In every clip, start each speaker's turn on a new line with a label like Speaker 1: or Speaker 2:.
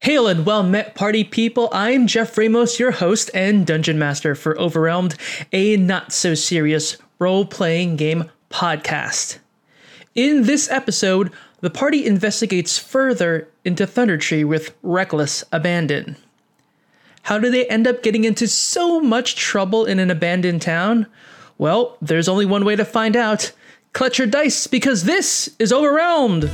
Speaker 1: Hail and well met, party people. I'm Jeff Ramos, your host and dungeon master for Overwhelmed, a not so serious role playing game podcast. In this episode, the party investigates further into Thundertree with reckless abandon. How do they end up getting into so much trouble in an abandoned town? Well, there's only one way to find out. Clutch your dice because this is Overwhelmed!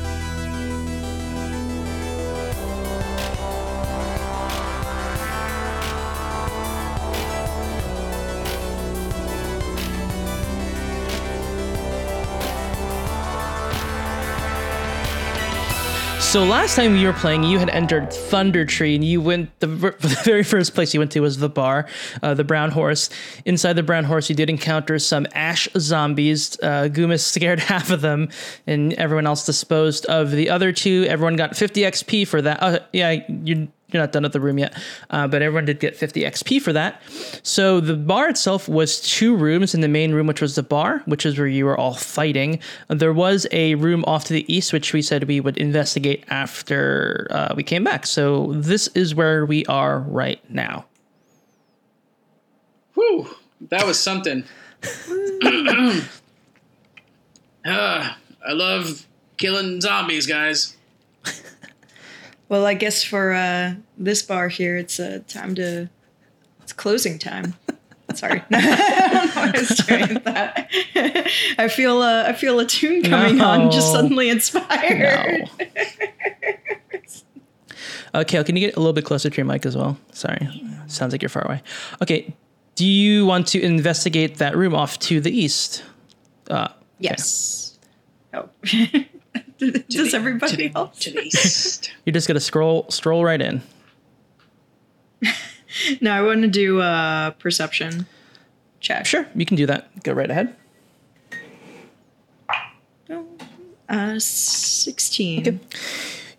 Speaker 1: So last time you were playing, you had entered Thunder Tree, and you went the, ver- the very first place you went to was the bar, uh, the Brown Horse. Inside the Brown Horse, you did encounter some Ash zombies. Uh, Gumas scared half of them, and everyone else disposed of the other two. Everyone got 50 XP for that. Uh, yeah, you you're not done with the room yet, uh, but everyone did get 50 XP for that. So the bar itself was two rooms in the main room, which was the bar, which is where you were all fighting. There was a room off to the east, which we said we would investigate after uh, we came back. So this is where we are right now.
Speaker 2: Whew, that was something. Ah, I love killing zombies, guys.
Speaker 3: Well, I guess for uh, this bar here, it's uh, time to. It's closing time. Sorry, I don't know why I was doing that. I feel uh, I feel a tune coming on, just
Speaker 1: No.
Speaker 3: suddenly inspired.
Speaker 1: Okay, can you get a little bit closer to your mic as well? Sorry, sounds like you're far away. Okay, do you want to investigate that room off to the east?
Speaker 3: Yes. Oh. Does everybody else?
Speaker 2: To the east.
Speaker 1: You're just gonna scroll stroll right in.
Speaker 3: No, I want to do uh, perception check.
Speaker 1: Sure, you can do that. Go right ahead.
Speaker 3: Uh, sixteen.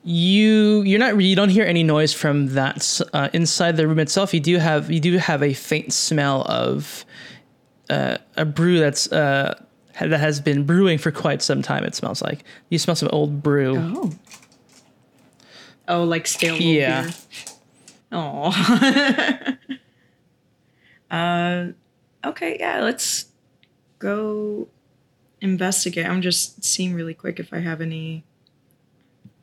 Speaker 1: You you're not you don't hear any noise from that s- uh, inside the room itself. You do have you do have a faint smell of uh, a brew that's uh, ha- that has been brewing for quite some time. It smells like you smell some old brew.
Speaker 3: Oh. Oh, like stale root
Speaker 1: Yeah.
Speaker 3: beer. Oh. uh, okay, yeah, let's go investigate. I'm just seeing really quick if I have any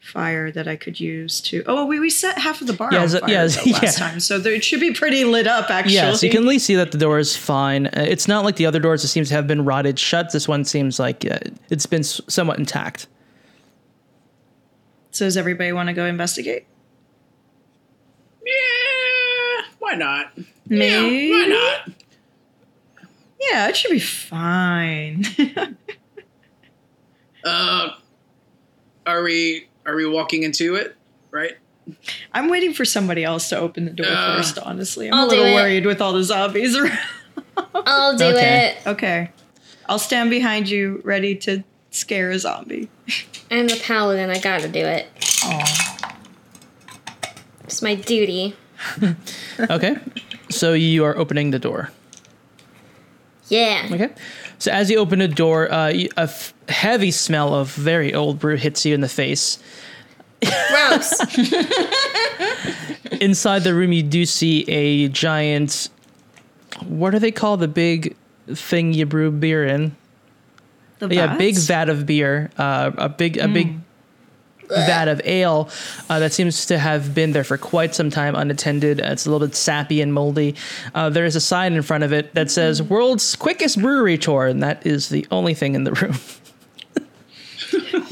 Speaker 3: fire that I could use to. Oh, we, we set half of the bar
Speaker 1: Yeah,
Speaker 3: on
Speaker 1: so-
Speaker 3: fire
Speaker 1: yeah,
Speaker 3: though, last
Speaker 1: yeah.
Speaker 3: time, so there, it should be pretty lit up. Actually,
Speaker 1: Yes, you can at least see that the door is fine. Uh, It's not like the other doors that seems to have been rotted shut. This one seems like uh, it's been s- somewhat intact.
Speaker 3: So does everybody want to go investigate?
Speaker 2: yeah, why not? Yeah,
Speaker 3: Maybe.
Speaker 2: why not?
Speaker 3: Yeah, it should be fine.
Speaker 2: Uh, are we are we walking into it? Right?
Speaker 3: I'm waiting for somebody else to open the door
Speaker 2: Uh,
Speaker 3: first, honestly. I'm
Speaker 4: I'll
Speaker 3: a
Speaker 4: do
Speaker 3: little
Speaker 4: it.
Speaker 3: worried with all the zombies around.
Speaker 4: I'll do
Speaker 1: Okay.
Speaker 4: it.
Speaker 3: Okay. I'll stand behind you, ready to scare a zombie.
Speaker 4: I'm the paladin. I gotta do it.
Speaker 3: Oh.
Speaker 4: It's my duty.
Speaker 1: Okay, so you are opening the door.
Speaker 4: Yeah.
Speaker 1: Okay. So as you open the door, uh, y- a f- heavy smell of very old brew hits you in the face.
Speaker 4: Gross.
Speaker 1: Inside the room, you do see a giant. What do they call the big thing you brew beer in?
Speaker 3: The
Speaker 1: Yeah, big
Speaker 3: bats?
Speaker 1: vat of beer. Uh, a big, a big
Speaker 3: Mm.
Speaker 1: vat of ale uh, that seems to have been there for quite some time unattended. Uh, it's a little bit sappy and moldy. Uh, there is a sign in front of it that says
Speaker 3: Mm.
Speaker 1: "World's Quickest Brewery Tour," and that is the only thing in the room.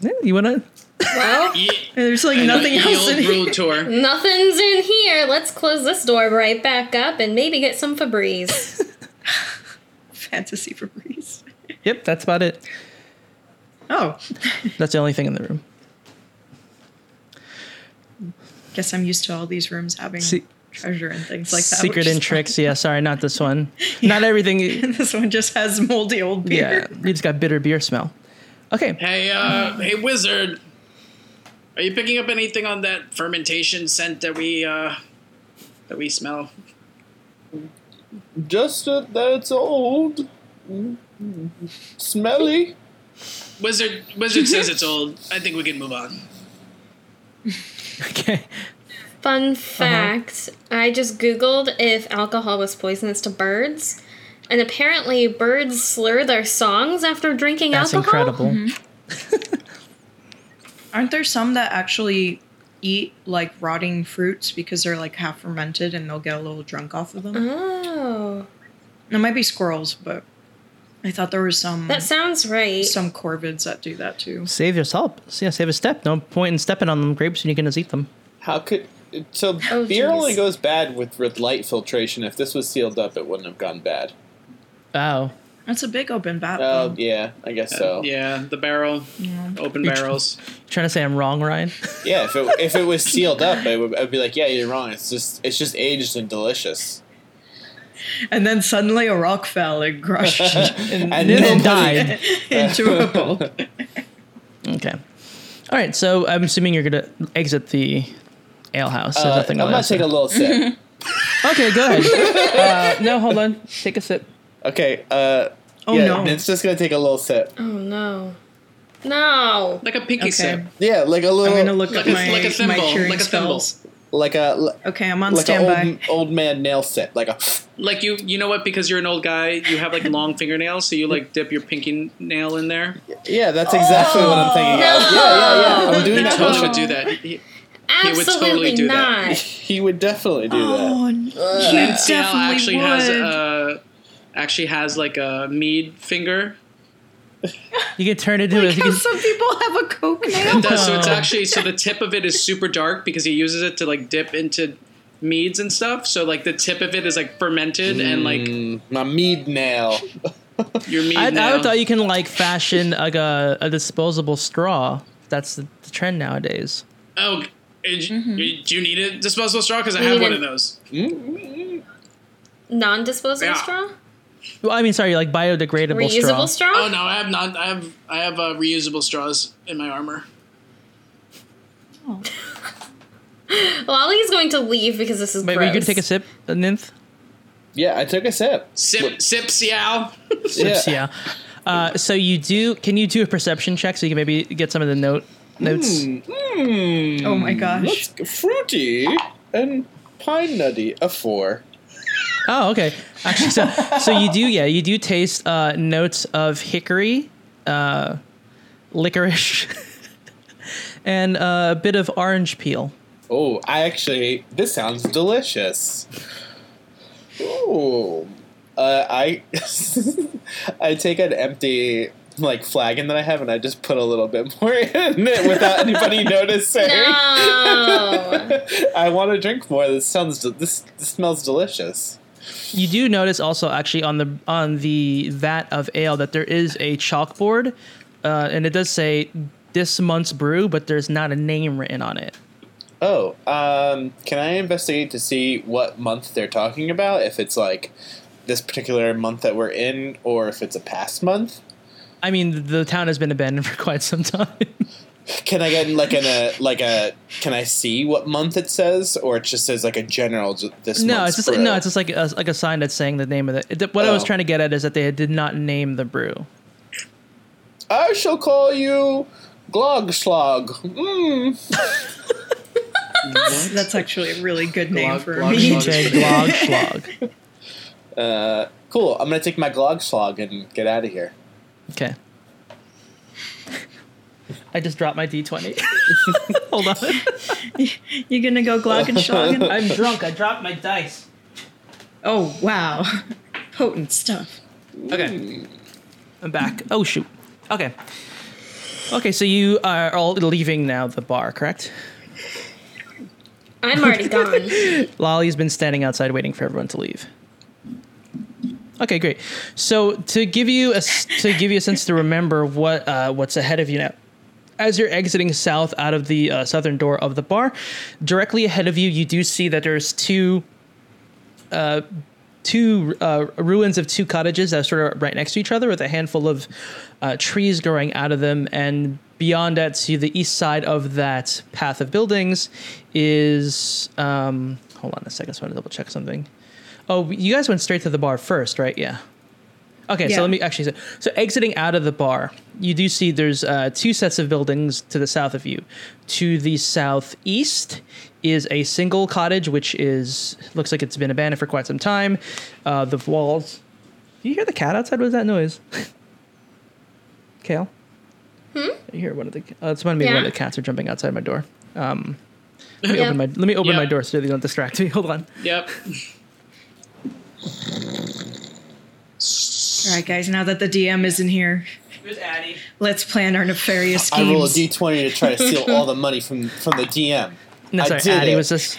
Speaker 1: Yeah, you wanna?
Speaker 4: well,
Speaker 3: There's like nothing
Speaker 2: the
Speaker 3: else in
Speaker 2: old
Speaker 3: here.
Speaker 2: road tour.
Speaker 4: nothing's in here. Let's close this door right back up and maybe get some Febreze.
Speaker 3: Fantasy for Breeze.
Speaker 1: Yep, that's about it.
Speaker 3: Oh,
Speaker 1: That's the only thing in the room.
Speaker 3: guess I'm used to all these rooms having
Speaker 1: Se-
Speaker 3: treasure and things like that.
Speaker 1: Secret
Speaker 3: which is
Speaker 1: and tricks. Yeah, sorry, not this one. Not everything.
Speaker 3: fine. This one just has moldy old
Speaker 1: Yeah,
Speaker 3: beer.
Speaker 1: you just got bitter beer smell. Okay.
Speaker 2: Hey, uh, hey, wizard. Are you picking up anything on that fermentation scent that we uh that we smell?
Speaker 5: Just uh, that it's old, smelly.
Speaker 2: Wizard Wizard says it's old. I think we can move on.
Speaker 1: Okay. Uh-huh.
Speaker 4: Fun fact I just Googled if alcohol was poisonous to birds, and apparently birds slur their songs after drinking
Speaker 1: That's
Speaker 4: alcohol.
Speaker 1: incredible.
Speaker 3: Aren't there some that actually eat like rotting fruits because they're like half fermented and they'll get a little drunk off of them?
Speaker 4: Oh,
Speaker 3: It might be squirrels, but I thought there was some
Speaker 4: that sounds right.
Speaker 3: some corvids that do that too.
Speaker 1: Save yourself. Yeah, save a step. No point in stepping on them grapes when you can just eat them.
Speaker 5: How could so
Speaker 4: Oh,
Speaker 5: beer only
Speaker 4: geez.
Speaker 5: goes bad with, with light filtration. If this was sealed up, it wouldn't have gone bad.
Speaker 1: Oh.
Speaker 3: That's a big open bat.
Speaker 5: Oh
Speaker 3: though.
Speaker 5: yeah, I guess so. Yeah,
Speaker 2: Yeah, the barrel, open barrels.
Speaker 1: Trying to say I'm wrong, Ryan?
Speaker 5: if it if it was sealed up, I would I'd be like, yeah, you're wrong. It's just it's just aged and delicious.
Speaker 3: And then suddenly a rock fell and crushed
Speaker 5: and
Speaker 1: then
Speaker 5: nobody-
Speaker 1: died.
Speaker 3: into a bowl.
Speaker 1: Okay. All right. So I'm assuming you're gonna exit the alehouse.
Speaker 5: Uh,
Speaker 1: nothing
Speaker 5: I'm gonna
Speaker 1: left.
Speaker 5: take a little sip.
Speaker 1: Okay, go ahead. uh, no, hold on. Take a sip.
Speaker 5: Okay. Uh,
Speaker 3: Oh,
Speaker 5: yeah,
Speaker 3: no.
Speaker 5: It's just gonna take a little sip.
Speaker 4: oh, no. No.
Speaker 2: Like a pinky
Speaker 3: Okay.
Speaker 2: sip.
Speaker 5: Yeah, like a
Speaker 3: I'm
Speaker 5: little,
Speaker 3: gonna look
Speaker 2: Like
Speaker 3: at
Speaker 2: a-
Speaker 3: my,
Speaker 2: like a
Speaker 3: my
Speaker 2: thimble,
Speaker 3: curing
Speaker 2: like a thimble.
Speaker 3: spells.
Speaker 5: like a
Speaker 3: Okay, I'm on
Speaker 5: like
Speaker 3: standby.
Speaker 5: an old old man nail sip, like a.
Speaker 2: Like you you know what, because you're an old guy, you have like long fingernails, so you like dip your pinky nail in there.
Speaker 5: Yeah, that's
Speaker 3: Oh.
Speaker 5: exactly what I'm thinking.
Speaker 1: Oh,
Speaker 5: of. Yeah, yeah, yeah. I'm doing
Speaker 2: Nick
Speaker 5: that.
Speaker 2: Tosh would do that. He- would
Speaker 4: Absolutely
Speaker 2: totally do that.
Speaker 4: not.
Speaker 5: He would definitely do
Speaker 3: oh, you
Speaker 2: Nancy Al
Speaker 3: definitely
Speaker 2: actually
Speaker 3: would.
Speaker 2: has uh actually has like a mead finger.
Speaker 1: You can turn it into a.
Speaker 3: like
Speaker 1: You
Speaker 3: how
Speaker 1: can,
Speaker 3: some people have a coke nail.
Speaker 2: It does, so it's
Speaker 1: Oh.
Speaker 2: actually so the tip of it is super dark because he uses it to like dip into meads and stuff. So like the tip of it is like fermented and like
Speaker 5: that. My mead nail.
Speaker 2: your mead.
Speaker 1: I, I
Speaker 2: now-
Speaker 1: would thought you can like fashion like a, a disposable straw. That's the, the trend nowadays.
Speaker 2: Oh, eh, j- eh, do you need a disposable straw? Because I
Speaker 4: You
Speaker 2: have
Speaker 4: need
Speaker 2: one
Speaker 4: a-
Speaker 2: of those.
Speaker 4: Non disposable
Speaker 2: Yeah.
Speaker 4: straw?
Speaker 1: Well, I mean, sorry, like biodegradable straw.
Speaker 4: Reusable straw?
Speaker 2: Oh no, I have not. I have I have uh, reusable straws in my armor.
Speaker 4: Lolly's going to leave because this is
Speaker 1: Wait,
Speaker 4: gross.
Speaker 1: you can take a sip, uh, Ninth.
Speaker 5: Yeah, I took a sip.
Speaker 2: Sip, sip, Seow.
Speaker 1: Sips,
Speaker 5: Yeah.
Speaker 1: yeah. Uh, so you do? Can you do a perception check so you can maybe get some of the note notes?
Speaker 5: Mmm.
Speaker 3: Oh my gosh.
Speaker 5: That's fruity and pine nutty. A four.
Speaker 1: Oh, okay. Actually, so so you do, yeah, you do taste uh, notes of hickory, uh, licorice, and uh, a bit of orange peel.
Speaker 5: Oh, I actually. This sounds delicious. Ooh. Uh, I I take an empty like flagon that I have and I just put a little bit more in it without anybody noticing.
Speaker 4: No.
Speaker 5: I want to drink more. This sounds de- this, this smells delicious.
Speaker 1: You do notice also actually on the on the vat of ale that there is a chalkboard, uh, and it does say this month's brew, but there's not a name written on it.
Speaker 5: Oh, um, can I investigate to see what month they're talking about? If it's like this particular month that we're in, or if it's a past month?
Speaker 1: I mean, the town has been abandoned for quite some time.
Speaker 5: Can I get like an a like a? Can I see what month it says, or it just says like a general j- this?
Speaker 1: no,
Speaker 5: month's
Speaker 1: it's just
Speaker 5: brew?
Speaker 1: no, it's just like a, like a sign that's saying the name of the. it- What I was
Speaker 5: Oh.
Speaker 1: trying to get at is that they did not name the brew.
Speaker 5: I shall call you Glogslog. Mm.
Speaker 3: That's actually a really good name
Speaker 2: Glug,
Speaker 3: for
Speaker 2: glug,
Speaker 3: me.
Speaker 2: glug.
Speaker 1: Okay, glog schlog.
Speaker 5: Uh, cool. I'm gonna take my Glogslog and get out of here.
Speaker 1: Okay. I just dropped my d20. Hold on.
Speaker 3: You gonna go glug and schlagen?
Speaker 1: I'm drunk. I dropped my dice.
Speaker 3: Oh wow, potent stuff.
Speaker 1: Okay. I'm back. Oh, shoot. Okay. Okay, so you are all leaving now the bar, correct?
Speaker 4: I'm already gone.
Speaker 1: Lolly's been standing outside waiting for everyone to leave. Okay, great. So to give you a s- to give you a sense to remember what uh, what's ahead of you now. As you're exiting south out of the uh, southern door of the bar, directly ahead of you, you do see that there's two two uh, ruins of two cottages that are sort of right next to each other with a handful of uh, trees growing out of them and beyond that to the east side of that path of buildings is um, hold on a second i just want to double check something oh you guys went straight to the bar first right yeah Okay,
Speaker 3: Yeah.
Speaker 1: so let me actually. say- So exiting out of the bar, you do see there's uh, two sets of buildings to the south of you. To the southeast is a single cottage, which is looks like it's been abandoned for quite some time. Uh, the walls. Do you hear the cat outside? What was that noise? Kale. Hmm. You hear one of the? Uh, it's one maybe one of
Speaker 4: Yeah.
Speaker 1: the cats are jumping outside my door. Um, let me
Speaker 4: Yeah.
Speaker 1: open my let me open
Speaker 2: Yeah.
Speaker 1: my door so they don't distract me. Hold on.
Speaker 2: Yep.
Speaker 3: All right, guys. Now that the DM isn't here,
Speaker 1: Where's Addie?
Speaker 3: let's plan our nefarious
Speaker 5: I roll a
Speaker 3: schemes.
Speaker 5: d20 to try to steal all the money from from the DM.
Speaker 1: No,
Speaker 5: I
Speaker 1: sorry,
Speaker 5: did
Speaker 1: Addie
Speaker 5: it.
Speaker 1: was just.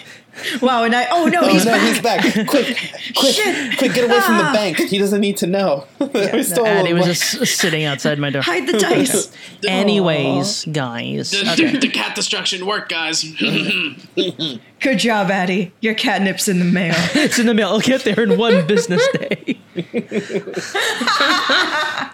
Speaker 3: wow, and I. Oh no,
Speaker 5: Oh
Speaker 3: he's
Speaker 5: no,
Speaker 3: back.
Speaker 5: he's back! Quick, quick, quick! Get away from
Speaker 1: Ah.
Speaker 5: the bank. He doesn't need to know. we stole all
Speaker 1: Addie
Speaker 5: the
Speaker 1: was
Speaker 5: money.
Speaker 1: just sitting outside my door.
Speaker 3: Hide the dice.
Speaker 1: Anyways, guys.
Speaker 2: The,
Speaker 1: Okay.
Speaker 2: the cat destruction worked, guys.
Speaker 3: Good job, Addie. Your catnip's in the mail.
Speaker 1: It's in the mail. I'll get there in one business day.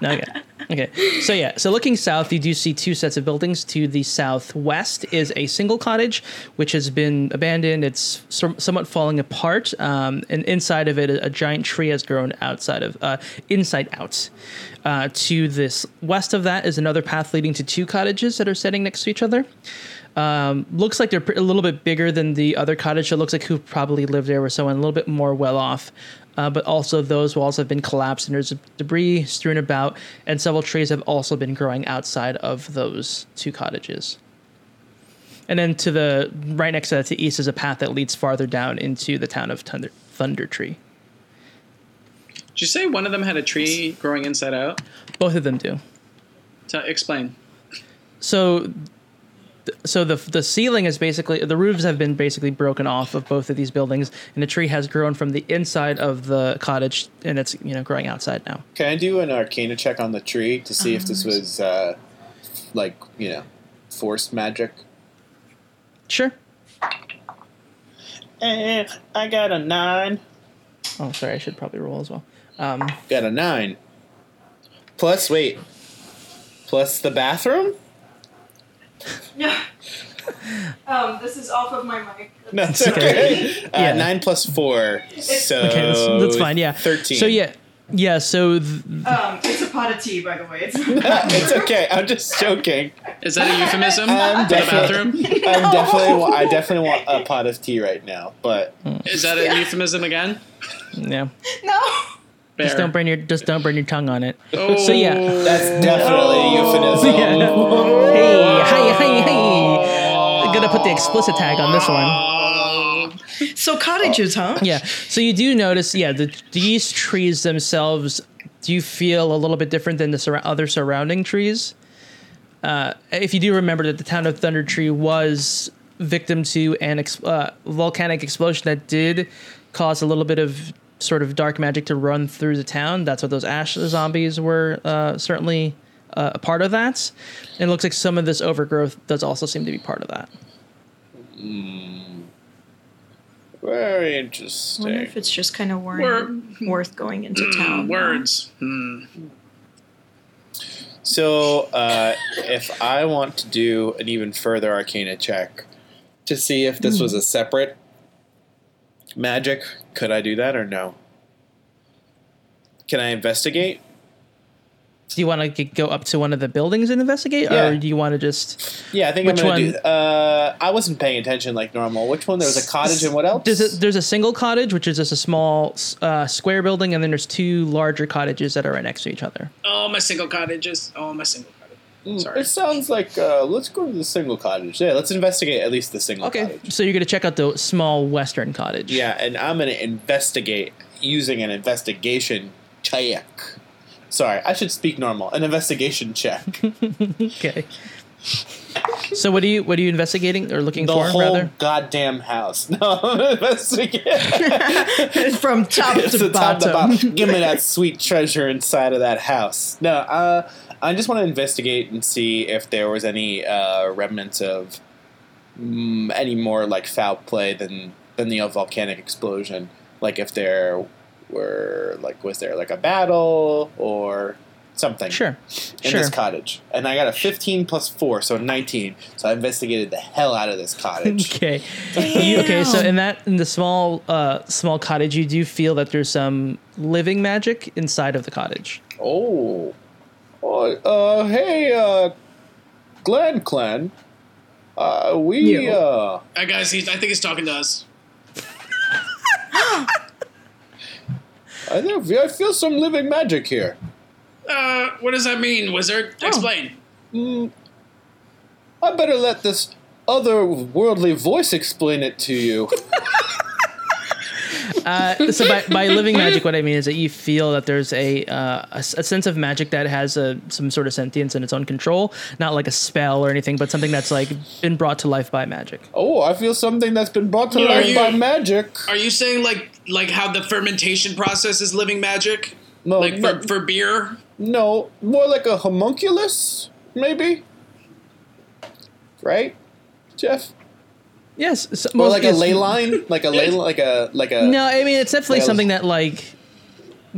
Speaker 1: okay. Okay. So yeah. So looking south, you do see two sets of buildings. To the southwest is a single cottage, which has been abandoned. It's som- somewhat falling apart, um, and inside of it, a, a giant tree has grown outside of uh, inside out. Uh, to this west of that is another path leading to two cottages that are sitting next to each other. looks like they're pr- a little bit bigger than the other cottage. So it looks like who probably lived there or someone a little bit more well off. Uh, but also, those walls have been collapsed and there's debris strewn about, and several trees have also been growing outside of those two cottages. And then to the right next to that, to the east, is a path that leads farther down into the town of Thunder, Thunder Tree.
Speaker 2: Did you say one of them had a tree growing inside out?
Speaker 1: Both of them do.
Speaker 2: T- explain.
Speaker 1: so th- so the the ceiling is basically the roofs have been basically broken off of both of these buildings and a tree has grown from the inside of the cottage and it's you know growing outside now
Speaker 5: Can I do an Arcana check on the tree to see if
Speaker 1: Oh,
Speaker 5: this was uh, like you know forced magic?
Speaker 1: sure
Speaker 5: Eh, I got a nine.
Speaker 1: oh sorry i should probably roll as well
Speaker 5: Got a nine. Plus, wait. Plus the bathroom?
Speaker 3: um, this is off of my mic.
Speaker 5: No, it's okay. Uh,
Speaker 1: Yeah.
Speaker 5: Nine plus four. So
Speaker 1: okay that's, that's fine yeah
Speaker 5: Oh, Thirteen.
Speaker 1: so yeah yeah so th-
Speaker 3: Um, it's a pot of tea, by the way. It's
Speaker 5: it's okay. I'm just joking. Um,
Speaker 2: Is that a euphemism?
Speaker 5: I'm
Speaker 2: the
Speaker 5: definitely.
Speaker 2: bathroom?
Speaker 5: I'm definitely. wa- I definitely want a pot of tea right now. But
Speaker 2: Is that a euphemism again?
Speaker 1: yeah
Speaker 3: no.
Speaker 2: Bear.
Speaker 1: just don't burn your just don't burn your tongue on it
Speaker 2: Oh.
Speaker 1: so yeah
Speaker 5: that's definitely a euphemism.
Speaker 1: Yeah. hey hey hey hey i'm gonna put the explicit tag on this one
Speaker 3: So cottages, huh?
Speaker 1: yeah so you do notice yeah the, these trees themselves do feel a little bit different than the surra- other surrounding trees uh, if you do remember that the town of thunder tree was victim to an ex- uh, volcanic explosion that did cause a little bit of sort of dark magic to run through the town that's what those ash zombies were uh, certainly uh, a part of that and it looks like some of this overgrowth does also seem to be part of that
Speaker 5: Very
Speaker 3: I wonder
Speaker 5: interesting.
Speaker 3: if it's just kind of worth
Speaker 2: Word.
Speaker 3: worth going into town.
Speaker 2: Words. Hmm.
Speaker 5: So, uh, if I want to do an even further Arcana check to see if this was a separate magic, could I do that or no? Can I investigate?
Speaker 1: do you want to go up to one of the buildings and investigate
Speaker 5: Yeah.
Speaker 1: or do you want to just
Speaker 5: Yeah, I think
Speaker 1: Which
Speaker 5: I'm gonna do.
Speaker 1: one?
Speaker 5: Uh, I wasn't paying attention like normal. Which one? There was a cottage and what else?
Speaker 1: There's a, there's a single cottage, which is just a small uh, square building, and then there's two larger cottages that are right next to each other.
Speaker 2: Oh, my single cottages. Oh, my single cottage. Sorry.
Speaker 5: It sounds like uh, let's go to the single cottage. Yeah, let's investigate at least the single cottage.
Speaker 1: So you're going to check out the small western cottage.
Speaker 5: Yeah, and I'm gonna investigate using an investigation check. Sorry, I should speak normal. An investigation check.
Speaker 1: Okay. so what are you what are you investigating or looking
Speaker 5: the
Speaker 1: for
Speaker 5: whole
Speaker 1: rather?
Speaker 5: goddamn house. No, I'm investigating
Speaker 3: From top to
Speaker 5: the top to
Speaker 3: bottom.
Speaker 5: bottom. Give me that sweet treasure inside of that house. No, uh, I just want to investigate and see if there was any uh, remnants of mm, any more like foul play than than the volcanic explosion. Like if there were like was there like a battle or something
Speaker 1: Sure.
Speaker 5: in
Speaker 1: sure.
Speaker 5: this cottage and i got a 15 plus 4 so 19 so i investigated the hell out of this cottage
Speaker 1: Okay. You- okay. So in that in the small uh, small cottage, you do feel that there's some living magic inside of the cottage.
Speaker 5: Oh. Oh, uh, hey, uh, Glenn Clan. Uh, we,
Speaker 3: Yeah.
Speaker 5: uh,
Speaker 2: Uh, guys, he's, I think he's talking to us.
Speaker 5: I, think, I feel some living magic here.
Speaker 2: Uh, what does that mean, wizard? Explain.
Speaker 5: I better let this otherworldly voice explain it to you.
Speaker 1: Uh, so by, by living magic, what I mean is that you feel that there's a uh, a, s- a sense of magic that has a, some sort of sentience and its own control, not like a spell or anything, but something that's like been brought to life by magic.
Speaker 5: oh, I feel something that's been brought to
Speaker 2: Are
Speaker 5: life
Speaker 2: you-
Speaker 5: by magic.
Speaker 2: Are you saying like like how the fermentation process is living magic?
Speaker 5: No,
Speaker 2: like for,
Speaker 5: no.
Speaker 2: for beer?
Speaker 5: No, more like a homunculus, maybe? Right? Jeff?
Speaker 1: Yes, so,
Speaker 5: Or
Speaker 1: well,
Speaker 5: like a
Speaker 1: yes.
Speaker 5: ley line? Like a ley like a, like a.
Speaker 1: No, I mean it's definitely
Speaker 5: Rails.
Speaker 1: something that like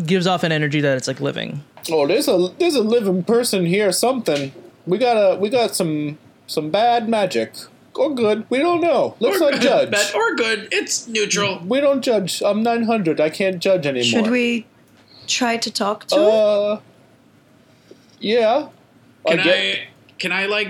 Speaker 1: gives off an energy that it's like living.
Speaker 5: Oh, there's a there's a living person here. Something we got a we got some some bad magic or good. We don't know. Let's
Speaker 2: or
Speaker 5: not
Speaker 2: good,
Speaker 5: judge.
Speaker 2: bad- or good. It's neutral.
Speaker 5: We don't judge. I'm 900. I can't judge anymore.
Speaker 3: Should we try to talk to it?
Speaker 5: Uh, yeah.
Speaker 2: Can I,
Speaker 5: get-
Speaker 2: can I like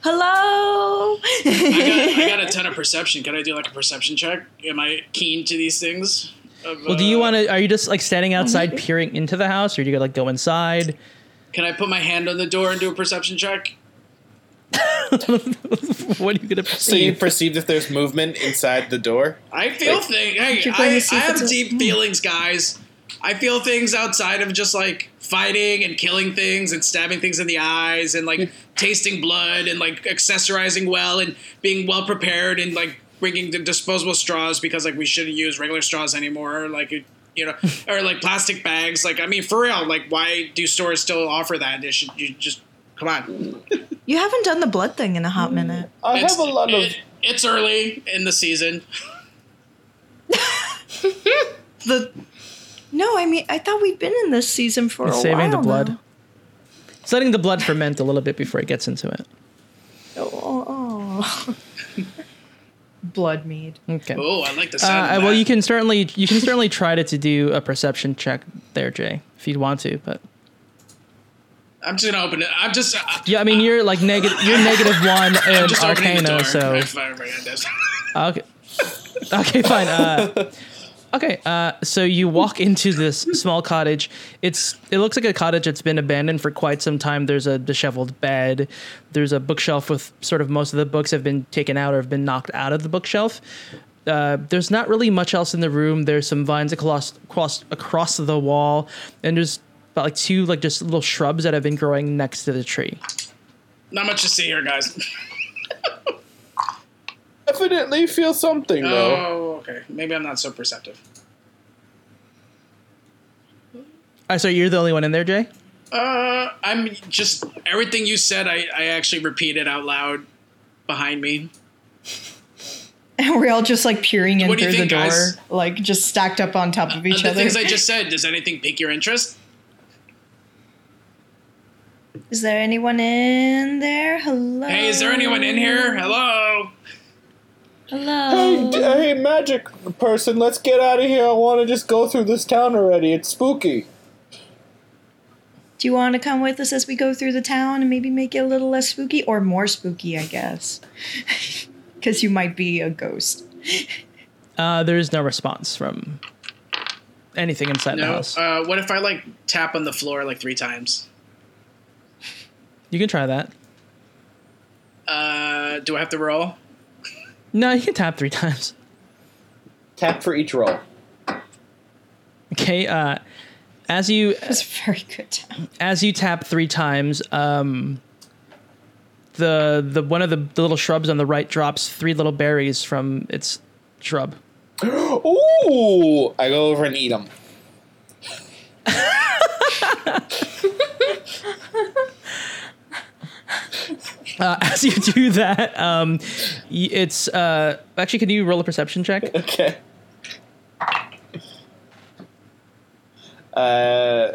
Speaker 3: Hello.
Speaker 2: I got, I got a ton of perception. Can I do like a perception check? Am I keen to these things? Of,
Speaker 1: Well, do
Speaker 2: uh,
Speaker 1: you want to? Are you just like standing outside, peering into the house, or do you like go inside?
Speaker 2: Can I put my hand on the door and do a perception check?
Speaker 1: what are you gonna?
Speaker 5: So you
Speaker 1: perceive?
Speaker 5: perceived if there's movement inside the door?
Speaker 2: I feel things. Hey,
Speaker 3: you bring
Speaker 2: I,
Speaker 3: us
Speaker 2: I
Speaker 3: some
Speaker 2: have
Speaker 3: photos?
Speaker 2: deep
Speaker 5: Hmm.
Speaker 2: feelings, guys. I feel things outside of just like fighting and killing things and stabbing things in the eyes and
Speaker 5: Hmm.
Speaker 2: like tasting blood and like accessorizing well and being well prepared and like bringing the disposable straws because like we shouldn't use regular straws anymore. Like, it- you know, or like plastic bags. Like, I mean, for real, like, why do stores still offer that? They should, you just, come on.
Speaker 3: you haven't done the blood thing in a
Speaker 5: Mm.
Speaker 3: hot minute.
Speaker 5: I
Speaker 2: It's-
Speaker 5: have a lot of.
Speaker 2: it- it's early in the season.
Speaker 3: The no, I mean, I thought we'd been in this season for a
Speaker 1: saving the
Speaker 3: while
Speaker 1: blood.
Speaker 3: now.
Speaker 1: It's letting the blood ferment a little bit before it gets into it.
Speaker 3: Oh, oh. blood mead.
Speaker 1: Okay.
Speaker 2: Oh, I like the
Speaker 1: Uh,
Speaker 2: sound. of
Speaker 1: I- well,
Speaker 2: that.
Speaker 1: you can certainly you can certainly try to, to do a perception check there, Jay, if you'd want to. But
Speaker 2: I'm just gonna open it. I'm just. uh, I-
Speaker 1: yeah, I mean you're like negative you're negative one in
Speaker 2: just opening the door.
Speaker 1: Arcana, so
Speaker 2: If I ran this.
Speaker 1: okay, okay, fine. Uh, okay, uh, so you walk into this small cottage. It's it looks like a cottage that's been abandoned for quite some time. There's a disheveled bed. There's a bookshelf with sort of most of the books have been taken out or have been knocked out of the bookshelf. Uh, there's not really much else in the room. There's some vines across, across across the wall, and there's about like two like just little shrubs that have been growing next to the tree.
Speaker 2: Not much to see here, guys.
Speaker 5: Definitely feel something though.
Speaker 2: Oh, okay. Maybe I'm not so perceptive.
Speaker 1: I so Uh, you're the only one in there, Jay.
Speaker 2: Uh, I'm just everything you said. I I actually repeated out loud behind me.
Speaker 3: And we're all just like peering in
Speaker 2: What do you
Speaker 3: through the
Speaker 2: think,
Speaker 3: door,
Speaker 2: guys?
Speaker 3: like just stacked up on top of
Speaker 2: Uh,
Speaker 3: each
Speaker 2: the
Speaker 3: other.
Speaker 2: things I just said. Does anything pique your interest?
Speaker 3: Is there anyone in there? Hello.
Speaker 2: Hey, is there anyone in here? Hello.
Speaker 5: Hey,
Speaker 4: Hello.
Speaker 5: d- hey, magic person, let's get out of here. I want to just go through this town already. It's spooky.
Speaker 3: Do you want to come with us as we go through the town and maybe make it a little less spooky or more spooky, I guess? Because you might be a ghost.
Speaker 1: Uh, there is no response from anything inside the
Speaker 2: No.
Speaker 1: house.
Speaker 2: Uh, what if I like tap on the floor like three times?
Speaker 1: you can try that.
Speaker 2: Uh, do I have to roll?
Speaker 1: No, you can tap three times.
Speaker 5: Tap for each roll.
Speaker 1: Okay. Uh, as you
Speaker 3: It's a very good town.
Speaker 1: as you tap three times, um, the the one of the, the little shrubs on the right drops three little berries from its shrub.
Speaker 5: Ooh! I go over and eat them.
Speaker 1: Uh, as you do that, um, y- it's uh, actually. Can you roll a perception check?
Speaker 5: Okay. Uh,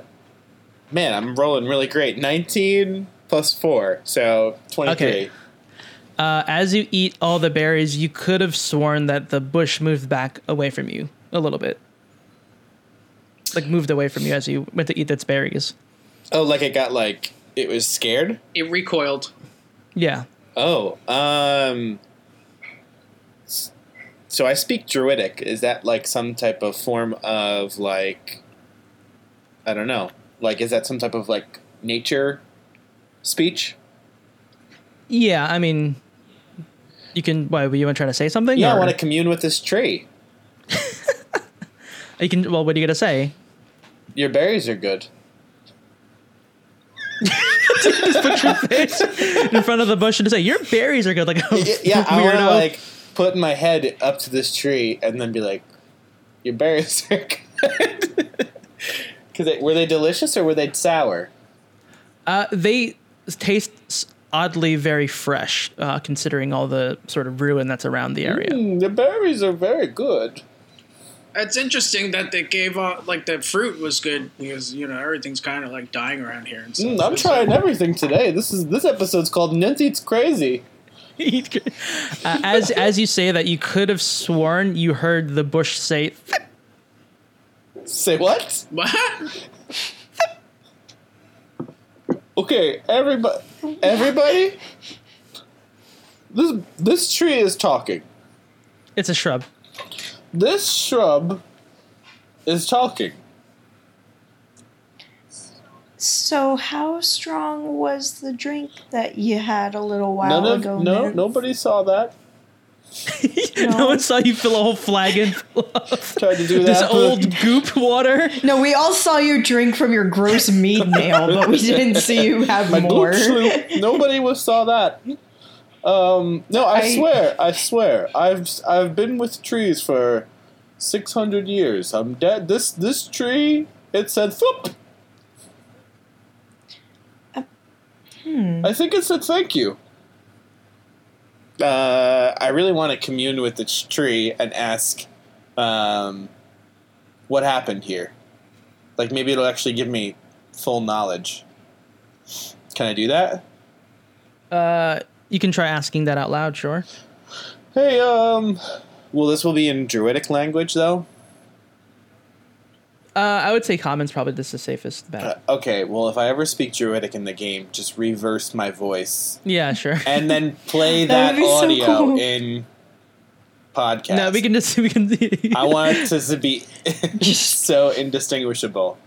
Speaker 5: man, I'm rolling really great. 19 plus 4, so 23.
Speaker 1: Okay. Uh, as you eat all the berries, you could have sworn that the bush moved back away from you a little bit, like moved away from you as you went to eat its berries.
Speaker 5: Oh, like it got like it was scared.
Speaker 2: It recoiled.
Speaker 1: Yeah.
Speaker 5: Oh, um, s- so I speak Druidic. Is that like some type of form of like, I don't know, like is that some type of like nature speech?
Speaker 1: Yeah, I mean, you can. Why were you trying to say something?
Speaker 5: Yeah, I
Speaker 1: or-
Speaker 5: want to commune with this tree.
Speaker 1: You can. Well, what are you gonna say?
Speaker 5: Your berries are good.
Speaker 1: in front of the bush and say, "Your berries are good." Like, a
Speaker 5: Y- Yeah, I want to
Speaker 1: weirdo.
Speaker 5: like put my head up to this tree and then be like, your berries are good. Because were they delicious or were they sour?
Speaker 1: Uh, they taste s- oddly very fresh, uh, considering all the sort of ruin that's around the area.
Speaker 5: Mm, the berries are very good.
Speaker 2: It's interesting that they gave up, like, the fruit was good because, you know, everything's kind of, like, dying around here. And stuff.
Speaker 5: Mm, I'm trying everything today. This is this episode's called Nint Eats Crazy.
Speaker 1: uh, as as you say that, you could have sworn you heard the bush say, "Thip."
Speaker 5: Say what?
Speaker 2: What?
Speaker 5: Okay, everybody, everybody. This this tree is talking.
Speaker 1: "It's a shrub."
Speaker 5: This shrub is talking.
Speaker 3: So, how strong was the drink that you had a little while
Speaker 5: None of
Speaker 3: ago?
Speaker 5: no
Speaker 3: Niv?
Speaker 5: nobody saw that.
Speaker 1: no one saw you fill a whole flagon full of
Speaker 5: Tried to do that.
Speaker 1: this
Speaker 5: but-
Speaker 1: old goop water.
Speaker 3: No, we all saw you drink from your gross mead meal, but we didn't see you have
Speaker 5: my
Speaker 3: more.
Speaker 5: goop sloop. Nobody was saw that. Um, no, I,
Speaker 3: I-
Speaker 5: swear, I swear, I've I've been with trees for six hundred years. I'm dead. This this tree, it said thump. I think it said thank you. Uh, I really want to commune with this tree and ask, um, what happened here. Like maybe it'll actually give me full knowledge. Can I do that?
Speaker 1: Uh, you can try asking that out loud. Sure.
Speaker 5: Hey, um, well, this will be in Druidic language, though.
Speaker 1: Uh, I would say common's probably this is the safest bet.
Speaker 5: Uh, okay, well, if I ever speak Druidic in the game, just reverse my voice
Speaker 1: yeah, sure.
Speaker 5: and then play
Speaker 3: That
Speaker 5: that,
Speaker 3: would be so
Speaker 5: audio
Speaker 3: cool.
Speaker 5: in podcast.
Speaker 1: No, we can just we can.
Speaker 5: I want it to be so indistinguishable.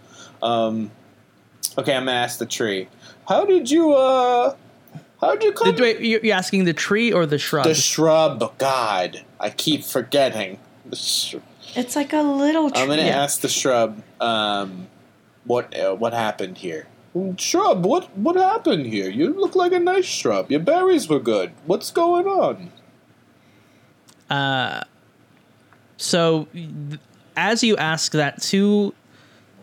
Speaker 5: Um, okay, I'm gonna ask the tree. How did you uh? How did you come?
Speaker 1: The- Wait, you- you're asking the tree or the shrub?
Speaker 5: the shrub god. I keep forgetting. The shrub.
Speaker 3: It's like a little tree.
Speaker 5: I'm gonna
Speaker 1: Yeah.
Speaker 5: ask the shrub, um, what uh, what happened here? Shrub, what what happened here? You look like a nice shrub. Your berries were good. What's going on?
Speaker 1: so, th- as you ask that, two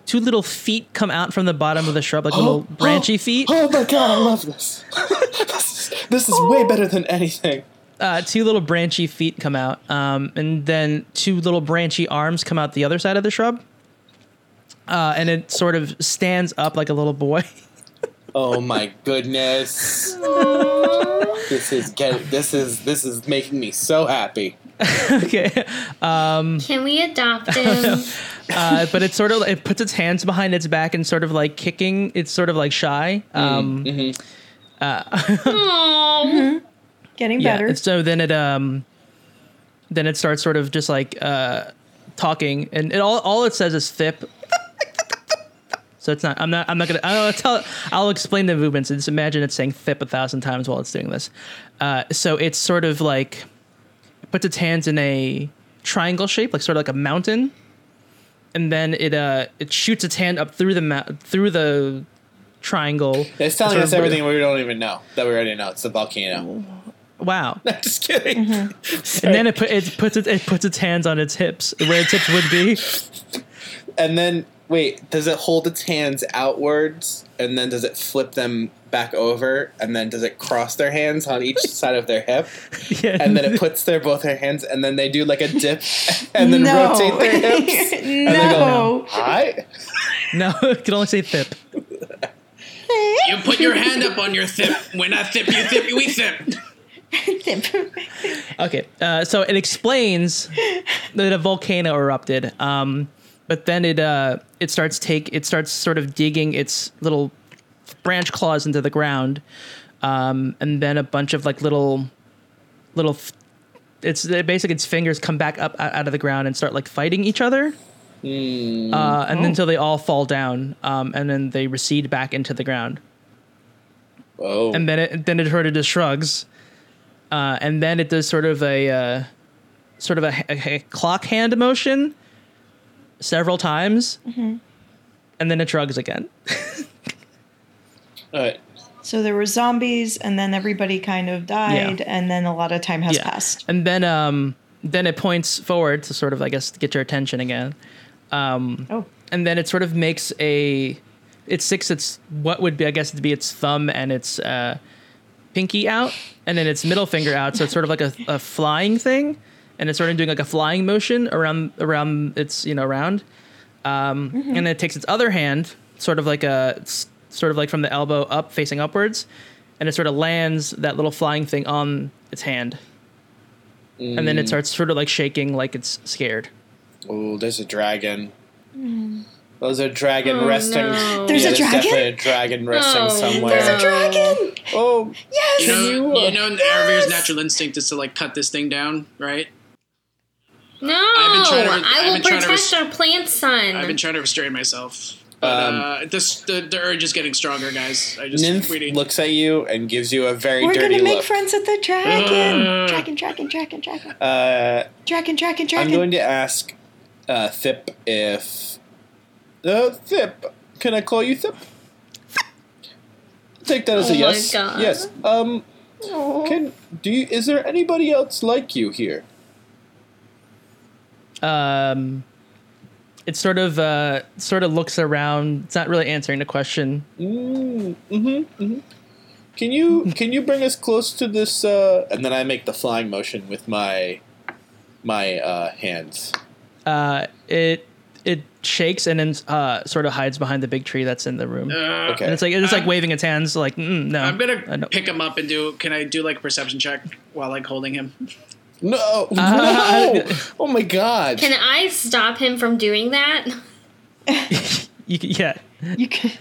Speaker 1: two little feet come out from the bottom of the shrub, like little branchy feet.
Speaker 5: Oh my god, I love this. this is, this is way better than anything.
Speaker 1: Uh, two little branchy feet come out, um, and then two little branchy arms come out the other side of the shrub, uh, and it sort of stands up like a little boy.
Speaker 5: Oh my goodness. this is get this is this is making me so happy.
Speaker 1: okay,
Speaker 4: Can we adopt him?
Speaker 1: uh, but it's sort of it puts its hands behind its back and sort of like kicking. It's sort of like shy. Um,
Speaker 4: Aw.
Speaker 3: Getting
Speaker 1: Yeah.
Speaker 3: better.
Speaker 1: and So then it um then it starts sort of just like uh talking and it all all it says is thip. So it's not I'm not I'm not gonna I'll tell I'll explain the movements and just imagine it's saying thip a thousand times while it's doing this. Uh, so it's sort of like it puts its hands in a triangle shape, like sort of like a mountain. And then it uh it shoots its hand up through the ma- through the triangle.
Speaker 5: It's telling
Speaker 1: Sort
Speaker 5: us
Speaker 1: of-
Speaker 5: everything we don't even know that we already know. It's the volcano.
Speaker 1: Wow.
Speaker 5: I'm just kidding.
Speaker 1: And then it, put, it puts it, it puts its hands on its hips where its hips would be.
Speaker 5: And then wait, does it hold its hands outwards and then does it flip them back over and then does it cross their hands on each side of their hip
Speaker 1: Yeah.
Speaker 5: and then it puts their both their hands and then they do like a dip and then
Speaker 3: no.
Speaker 5: rotate their hips and they go
Speaker 3: no.
Speaker 5: hi
Speaker 1: no, it can only say thip.
Speaker 2: You put your hand up on your thip. When I thip, you thip, we thip.
Speaker 1: Okay, uh, so it explains that a volcano erupted, um, but then it uh, it starts take it starts sort of digging its little branch claws into the ground, um, and then a bunch of like little, little. F- it's basically its fingers come back up out, out of the ground and start like fighting each other. Uh, and until they all fall down, um, and then they recede back into the ground.
Speaker 5: Oh.
Speaker 1: And then it then it sort of just shrugs, uh, and then it does sort of a uh, sort of a, a- a clock hand motion several times, and then it shrugs again.
Speaker 5: All right.
Speaker 3: So there were zombies, and then everybody kind of died,
Speaker 1: Yeah.
Speaker 3: and then a lot of time has passed.
Speaker 1: And then um then it points forward to sort of I guess get your attention again.
Speaker 3: Oh,
Speaker 1: And then it sort of makes a it sticks its what would be I guess it'd be its thumb and its uh pinky out and then its middle finger out so it's sort of like a, a flying thing and it's sort of doing like a flying motion around around its you know around um and then it takes its other hand sort of like a s- sort of like from the elbow up facing upwards and it sort of lands that little flying thing on its hand and then it starts sort of like shaking like it's scared
Speaker 5: Oh, there's a dragon. There's a dragon
Speaker 4: Oh,
Speaker 5: resting.
Speaker 4: no.
Speaker 3: Hmm. There's a dragon?
Speaker 5: definitely a dragon resting
Speaker 4: Oh,
Speaker 5: somewhere.
Speaker 4: there's a dra-
Speaker 3: dragon!
Speaker 5: oh,
Speaker 2: You know, you
Speaker 5: You-
Speaker 2: know Aravir's natural instinct is to like cut this thing down, right?
Speaker 4: No,
Speaker 2: been trying to re-
Speaker 4: I
Speaker 2: I've
Speaker 4: will
Speaker 2: been trying to
Speaker 4: protect
Speaker 2: res-
Speaker 4: our plant son.
Speaker 2: I've been trying to restrain myself. But uh, this the, the urge is getting stronger, guys. I just
Speaker 5: Nymph
Speaker 2: really
Speaker 5: looks at you and gives you a very
Speaker 3: We're
Speaker 5: dirty
Speaker 3: gonna make
Speaker 5: look.
Speaker 3: friends with the dragon!
Speaker 2: Ugh.
Speaker 3: Dragon, dragon, dragon, dragon.
Speaker 5: uh,
Speaker 3: Dragon, dragon,
Speaker 5: I'm
Speaker 3: dragon.
Speaker 5: going to ask uh, Thip if. Uh, Thip, can I call you Thip? Take that as
Speaker 4: Oh
Speaker 5: a
Speaker 4: my
Speaker 5: yes.
Speaker 4: God.
Speaker 5: Yes. Um,
Speaker 4: Oh.
Speaker 5: can do you? Is there anybody else like you here?
Speaker 1: um it sort of uh sort of looks around it's not really answering the question
Speaker 5: Mm, mm-hmm, mm-hmm. Can you can you bring us close to this? Uh, and then I make the flying motion with my my uh, hands.
Speaker 1: uh it it shakes and then uh sort of hides behind the big tree that's in the room
Speaker 2: uh,
Speaker 5: Okay.
Speaker 1: and it's like it's like
Speaker 2: I'm-
Speaker 1: waving its hands like mm, no
Speaker 2: I'm
Speaker 1: I
Speaker 2: gonna
Speaker 1: don't-
Speaker 2: pick him up and do. Can I do like a perception check while like holding him?
Speaker 5: No,
Speaker 1: Uh,
Speaker 5: no!
Speaker 1: I-
Speaker 5: Oh my god!
Speaker 4: Can I stop him from doing that?
Speaker 1: you, c- yeah
Speaker 3: You can.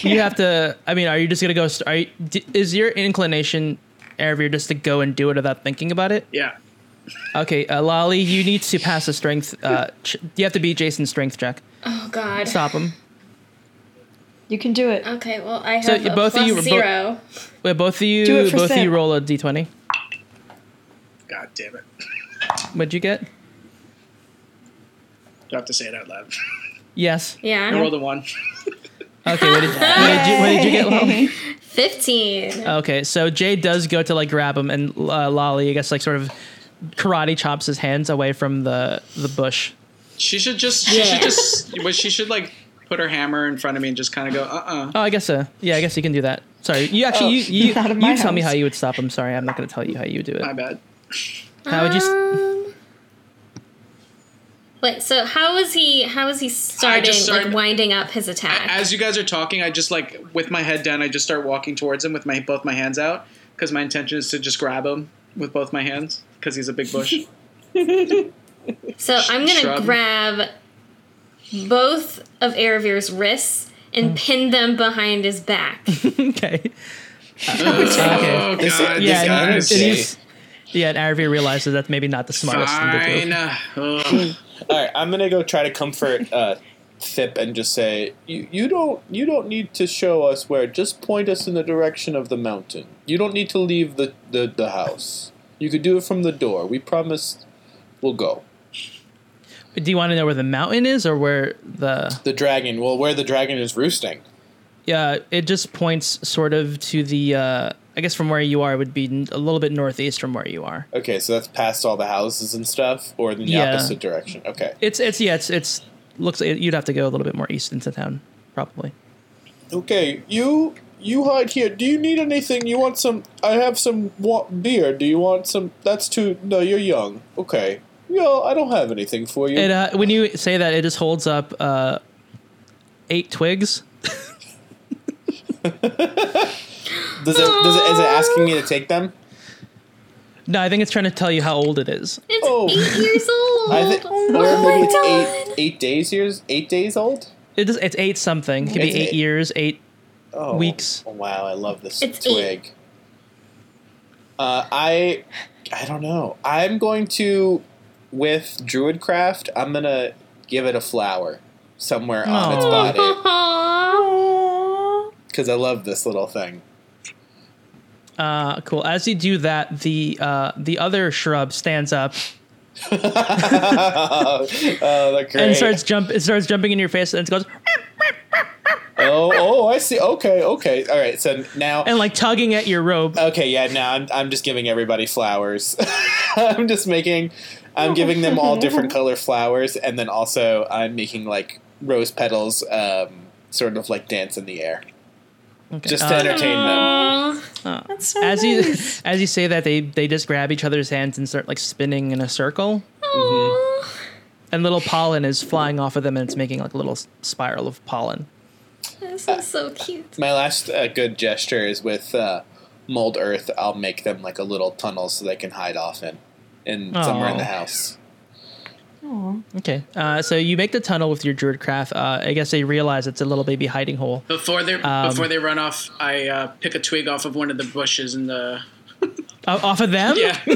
Speaker 1: you have to i mean are you just gonna go st- are you, d- is your inclination Aravir, just to go and do it without thinking about it
Speaker 2: Yeah.
Speaker 1: okay uh, lolly you need to pass a strength uh ch- you have to be jason's strength check
Speaker 4: Oh God.
Speaker 1: stop him
Speaker 3: You can do
Speaker 5: Uh.
Speaker 3: it.
Speaker 4: Okay, well I have
Speaker 1: So, you-
Speaker 4: a
Speaker 1: both of
Speaker 4: plus
Speaker 1: you were both-
Speaker 4: zero.
Speaker 1: Wait, both of you
Speaker 3: Do it for
Speaker 1: both of
Speaker 3: Sim.
Speaker 1: you roll a d20
Speaker 2: God damn it!
Speaker 1: what'd you get
Speaker 2: Do I have to say it out loud?
Speaker 1: yes
Speaker 4: yeah.
Speaker 2: I rolled a one.
Speaker 1: Okay, what did, what did you, what did you get? Lolly?
Speaker 4: Fifteen.
Speaker 1: Okay, so Jay does go to like grab him, and uh, Lolly, I guess, like sort of karate chops his hands away from the the bush.
Speaker 2: She should just. She
Speaker 4: Yeah.
Speaker 2: should just. Well, she should like put her hammer in front of me and just kind of go. Uh uh
Speaker 1: Oh, I guess so. Yeah, I guess you can do that. Sorry, you actually you you,
Speaker 3: Oh, Out of
Speaker 1: you
Speaker 3: my
Speaker 1: tell me
Speaker 3: house.
Speaker 1: how you would stop him. Sorry, I'm not going to tell you how you do
Speaker 2: My
Speaker 1: it.
Speaker 2: bad.
Speaker 1: How would you? s-
Speaker 4: Um, Wait, so how is he? How is he starting,
Speaker 2: started-
Speaker 4: like winding up his attack?
Speaker 2: As you guys are talking, I just like with my head down. I just start walking towards him with my both my hands out because my intention is to just grab him with both my hands because he's a big bush.
Speaker 4: so I'm gonna
Speaker 2: shrub.
Speaker 4: grab both of Aravir's wrists
Speaker 5: Hmm.
Speaker 4: and pin them behind his back.
Speaker 1: okay.
Speaker 2: Oh
Speaker 5: This-
Speaker 2: god!
Speaker 5: Yeah,
Speaker 2: these
Speaker 1: and- and
Speaker 2: guys.
Speaker 5: energy.
Speaker 1: he's- yeah, and Aravi realizes that's maybe not the smartest thing to
Speaker 2: Fine.
Speaker 1: do.
Speaker 2: Ugh.
Speaker 5: All right, I'm gonna go try to comfort uh, Thip and just say, you, "You don't, you don't need to show us where. Just point us in the direction of the mountain. You don't need to leave the the, the house. You could do it from the door. We promise, we'll go.
Speaker 1: Do you want to know where the mountain is or where the?
Speaker 5: The dragon. Well, where the dragon is roosting.
Speaker 1: Yeah, it just points sort of to the. Uh, I guess from where you are it would be n- a little bit northeast from where you are.
Speaker 5: Okay, so that's past all the houses and stuff, or in the
Speaker 1: Yeah.
Speaker 5: opposite direction. Okay,
Speaker 1: It's it's yeah it's it's looks like you'd have to go a little bit more east into town probably.
Speaker 5: okay. You you hide here. Do you need anything? You want some? I have some wa- beer. Do you want some? That's too. No, you're young. Okay. No, I don't have anything for you.
Speaker 1: It uh, when you say that it just holds up uh, eight twigs.
Speaker 5: Does it, does it, is it asking me to take them?
Speaker 1: No, I think it's trying to tell you how old it is.
Speaker 4: It's
Speaker 5: Oh.
Speaker 4: eight years old.
Speaker 5: I think,
Speaker 4: oh
Speaker 5: or maybe it's
Speaker 4: my god!
Speaker 5: eight, eight days years, eight days old.
Speaker 1: It does, it's eight something. It could
Speaker 5: It's
Speaker 1: be eight,
Speaker 5: eight.
Speaker 1: years, eight
Speaker 5: oh,
Speaker 1: weeks.
Speaker 5: Wow, I love this
Speaker 4: It's
Speaker 5: twig. Uh, I I don't know. I'm going to with Druidcraft. I'm gonna give it a flower somewhere on its
Speaker 1: Aw.
Speaker 5: body
Speaker 4: Aw.
Speaker 5: because I love this little thing.
Speaker 1: Uh, cool. As you do that, the uh, the other shrub stands up
Speaker 5: oh, they're great.
Speaker 1: and starts jump. It starts jumping in your face and it goes
Speaker 5: oh, oh, I see. Okay, okay. All right. So now
Speaker 1: and like tugging at your robe.
Speaker 5: Okay, yeah, no, I'm, I'm just giving everybody flowers. I'm just making,
Speaker 1: Oh.
Speaker 5: I'm giving them all different color flowers, and then also I'm making like rose petals, um, sort of like dance in the air,
Speaker 1: Okay.
Speaker 5: Oh, just to
Speaker 1: Uh,
Speaker 5: entertain them.
Speaker 3: That's so
Speaker 1: as you
Speaker 3: nice.
Speaker 1: as you say that, they they just grab each other's hands and start like spinning in a circle.
Speaker 5: Mm-hmm.
Speaker 4: Aw.
Speaker 1: And little pollen is flying off of them, and it's making like a little s- spiral of pollen.
Speaker 4: This is so cute.
Speaker 5: My last uh, good gesture is with uh, mold earth. I'll make them like a little tunnel so they can hide off in, in somewhere in
Speaker 1: Aw.
Speaker 5: the house.
Speaker 3: Aw.
Speaker 1: Okay, uh, so you make the tunnel with your druid craft. Uh, I guess they realize it's a little baby hiding hole.
Speaker 2: Before they
Speaker 1: Um,
Speaker 2: before they run off, I uh, pick a twig off of one of the bushes in the
Speaker 1: Uh, off of them?
Speaker 2: yeah.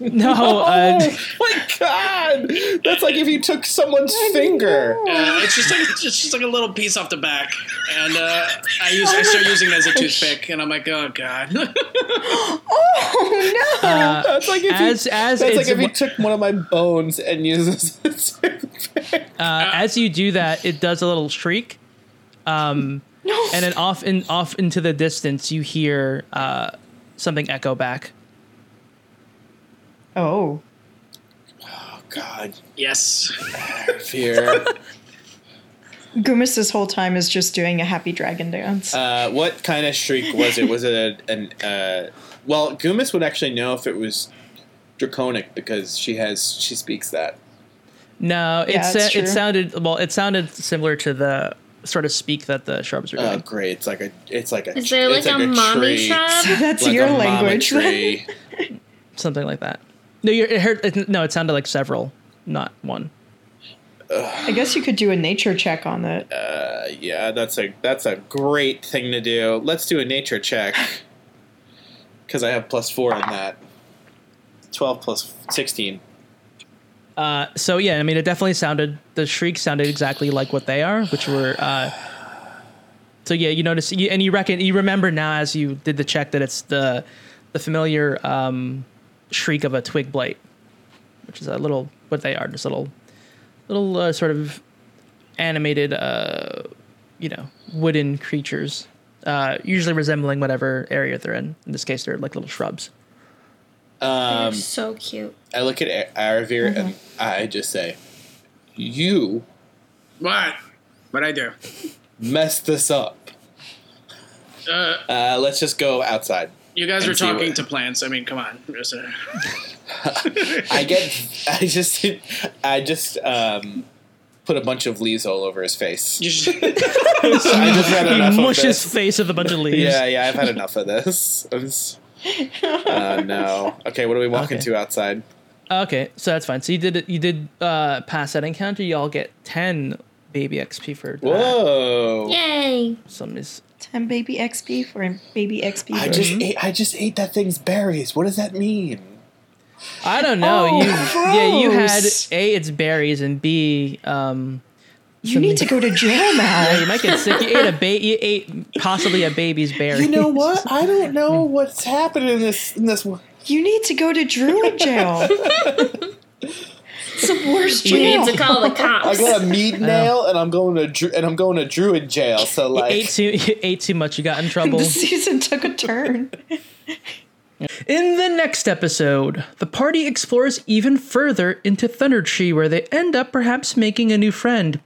Speaker 1: No. Uh,
Speaker 5: my god! That's like if you took someone's finger.
Speaker 2: Uh, it's just like it's just like a little piece off the back, and uh, I use I start using it as a toothpick, and I'm like, oh god.
Speaker 3: Oh no!
Speaker 1: uh,
Speaker 5: That's like if
Speaker 1: as
Speaker 5: you,
Speaker 1: as
Speaker 5: That's
Speaker 1: it's,
Speaker 5: like if you took one of my bones and used it as a toothpick.
Speaker 1: uh, as you do that, it does a little shriek, Um,
Speaker 3: no.
Speaker 1: and then off in off into the distance, you hear uh, something echo back.
Speaker 3: oh.
Speaker 5: Oh God,
Speaker 2: yes.
Speaker 5: fear.
Speaker 3: Goomis this whole time is just doing a happy dragon dance.
Speaker 5: uh, what kind of shriek was it? Was it a, an? Uh, well, Goomis would actually know if it was draconic because she has she speaks that.
Speaker 1: No, it
Speaker 3: Yeah, it's
Speaker 1: sa- it
Speaker 3: true.
Speaker 1: sounded well. It sounded similar to the sort of speak that the shrubs were
Speaker 5: Oh,
Speaker 1: doing.
Speaker 5: great! It's like a it's like a
Speaker 4: Is there like
Speaker 5: it's
Speaker 4: a, mommy
Speaker 5: tree.
Speaker 3: so
Speaker 4: shop?
Speaker 3: that's
Speaker 5: Like
Speaker 3: your
Speaker 5: a mama
Speaker 3: language. then.
Speaker 5: tree.
Speaker 1: something like that. No, you're, it heard. It, no, it sounded like several, not one.
Speaker 3: I guess you could do a nature check on it.
Speaker 5: Uh, yeah, that's a that's a great thing to do. Let's do a nature check because I have plus four in that. Twelve plus sixteen.
Speaker 1: Uh, so yeah, I mean, it definitely sounded. The shriek sounded exactly like what they are, which were. Uh, so yeah, you notice, you, and you reckon you remember now as you did the check that it's the, the familiar um, shriek of a twig blight, which is a little what they are, just little, little uh, sort of animated, uh, you know, wooden creatures, uh, usually resembling whatever area they're in. In this case, they're like little shrubs.
Speaker 4: They're
Speaker 5: Um,
Speaker 4: so cute.
Speaker 5: I look at A- Aravir and I just say, "You
Speaker 2: What? What I do?
Speaker 5: messed this up."
Speaker 2: Uh,
Speaker 5: Uh, let's just go outside.
Speaker 2: you guys were
Speaker 5: And see
Speaker 2: talking
Speaker 5: what-
Speaker 2: to plants. I mean, come on. Just, uh,
Speaker 5: I get, I just, I just um, put a bunch of leaves all over his face.
Speaker 2: you just-
Speaker 5: I just had enough
Speaker 1: He
Speaker 5: of
Speaker 1: mush his
Speaker 5: this.
Speaker 1: face with a bunch of leaves.
Speaker 5: Yeah, yeah, I've had enough of this. I'm s- uh, no. Okay, what are we walking
Speaker 1: Okay.
Speaker 5: to outside?
Speaker 1: Okay, so that's fine. So you did it. You did uh, pass that encounter. You all get ten baby XP for uh,
Speaker 5: Whoa!
Speaker 4: Yay!
Speaker 1: some is
Speaker 3: 10 baby XP for baby XP.
Speaker 5: I just, ate, I just ate that thing's berries. What does that mean?
Speaker 1: I don't know.
Speaker 3: Oh,
Speaker 1: you yeah, you had
Speaker 3: gross.
Speaker 1: a it's berries and b um
Speaker 3: you need to go to jail
Speaker 1: yeah,
Speaker 3: now.
Speaker 1: you might get sick. You ate a ba- you ate possibly a baby's berry.
Speaker 5: You know what? I don't know what's happening in this in this one.
Speaker 3: You need to go to druid jail. it's the worst
Speaker 4: We
Speaker 3: jail.
Speaker 4: need to call the
Speaker 5: I
Speaker 4: cops.
Speaker 5: got a meat nail, and I'm going to dru- and I'm going to druid jail. So
Speaker 1: You
Speaker 5: like,
Speaker 1: ate too you ate too much. You got in trouble.
Speaker 3: the season took a turn.
Speaker 1: In the next episode, the party explores even further into Thunder Tree, where they end up perhaps making a new friend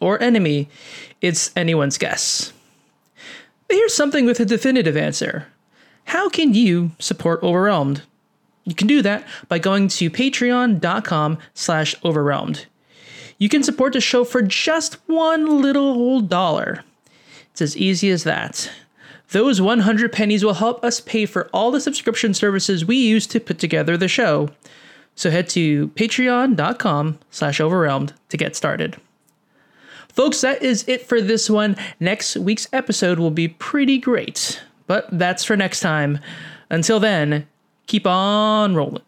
Speaker 1: or enemy. It's anyone's guess. But here's something with a definitive answer How can you support Overwhelmed? You can do that by going to patreon.com slash overwhelmed. You can support the show for just one little old dollar. It's as easy as that. Those 100 pennies will help us pay for all the subscription services we use to put together the show. So head to patreon.com slash overwhelmed to get started. Folks, that is it for this one. Next week's episode will be pretty great, but that's for next time. Until then, keep on rolling.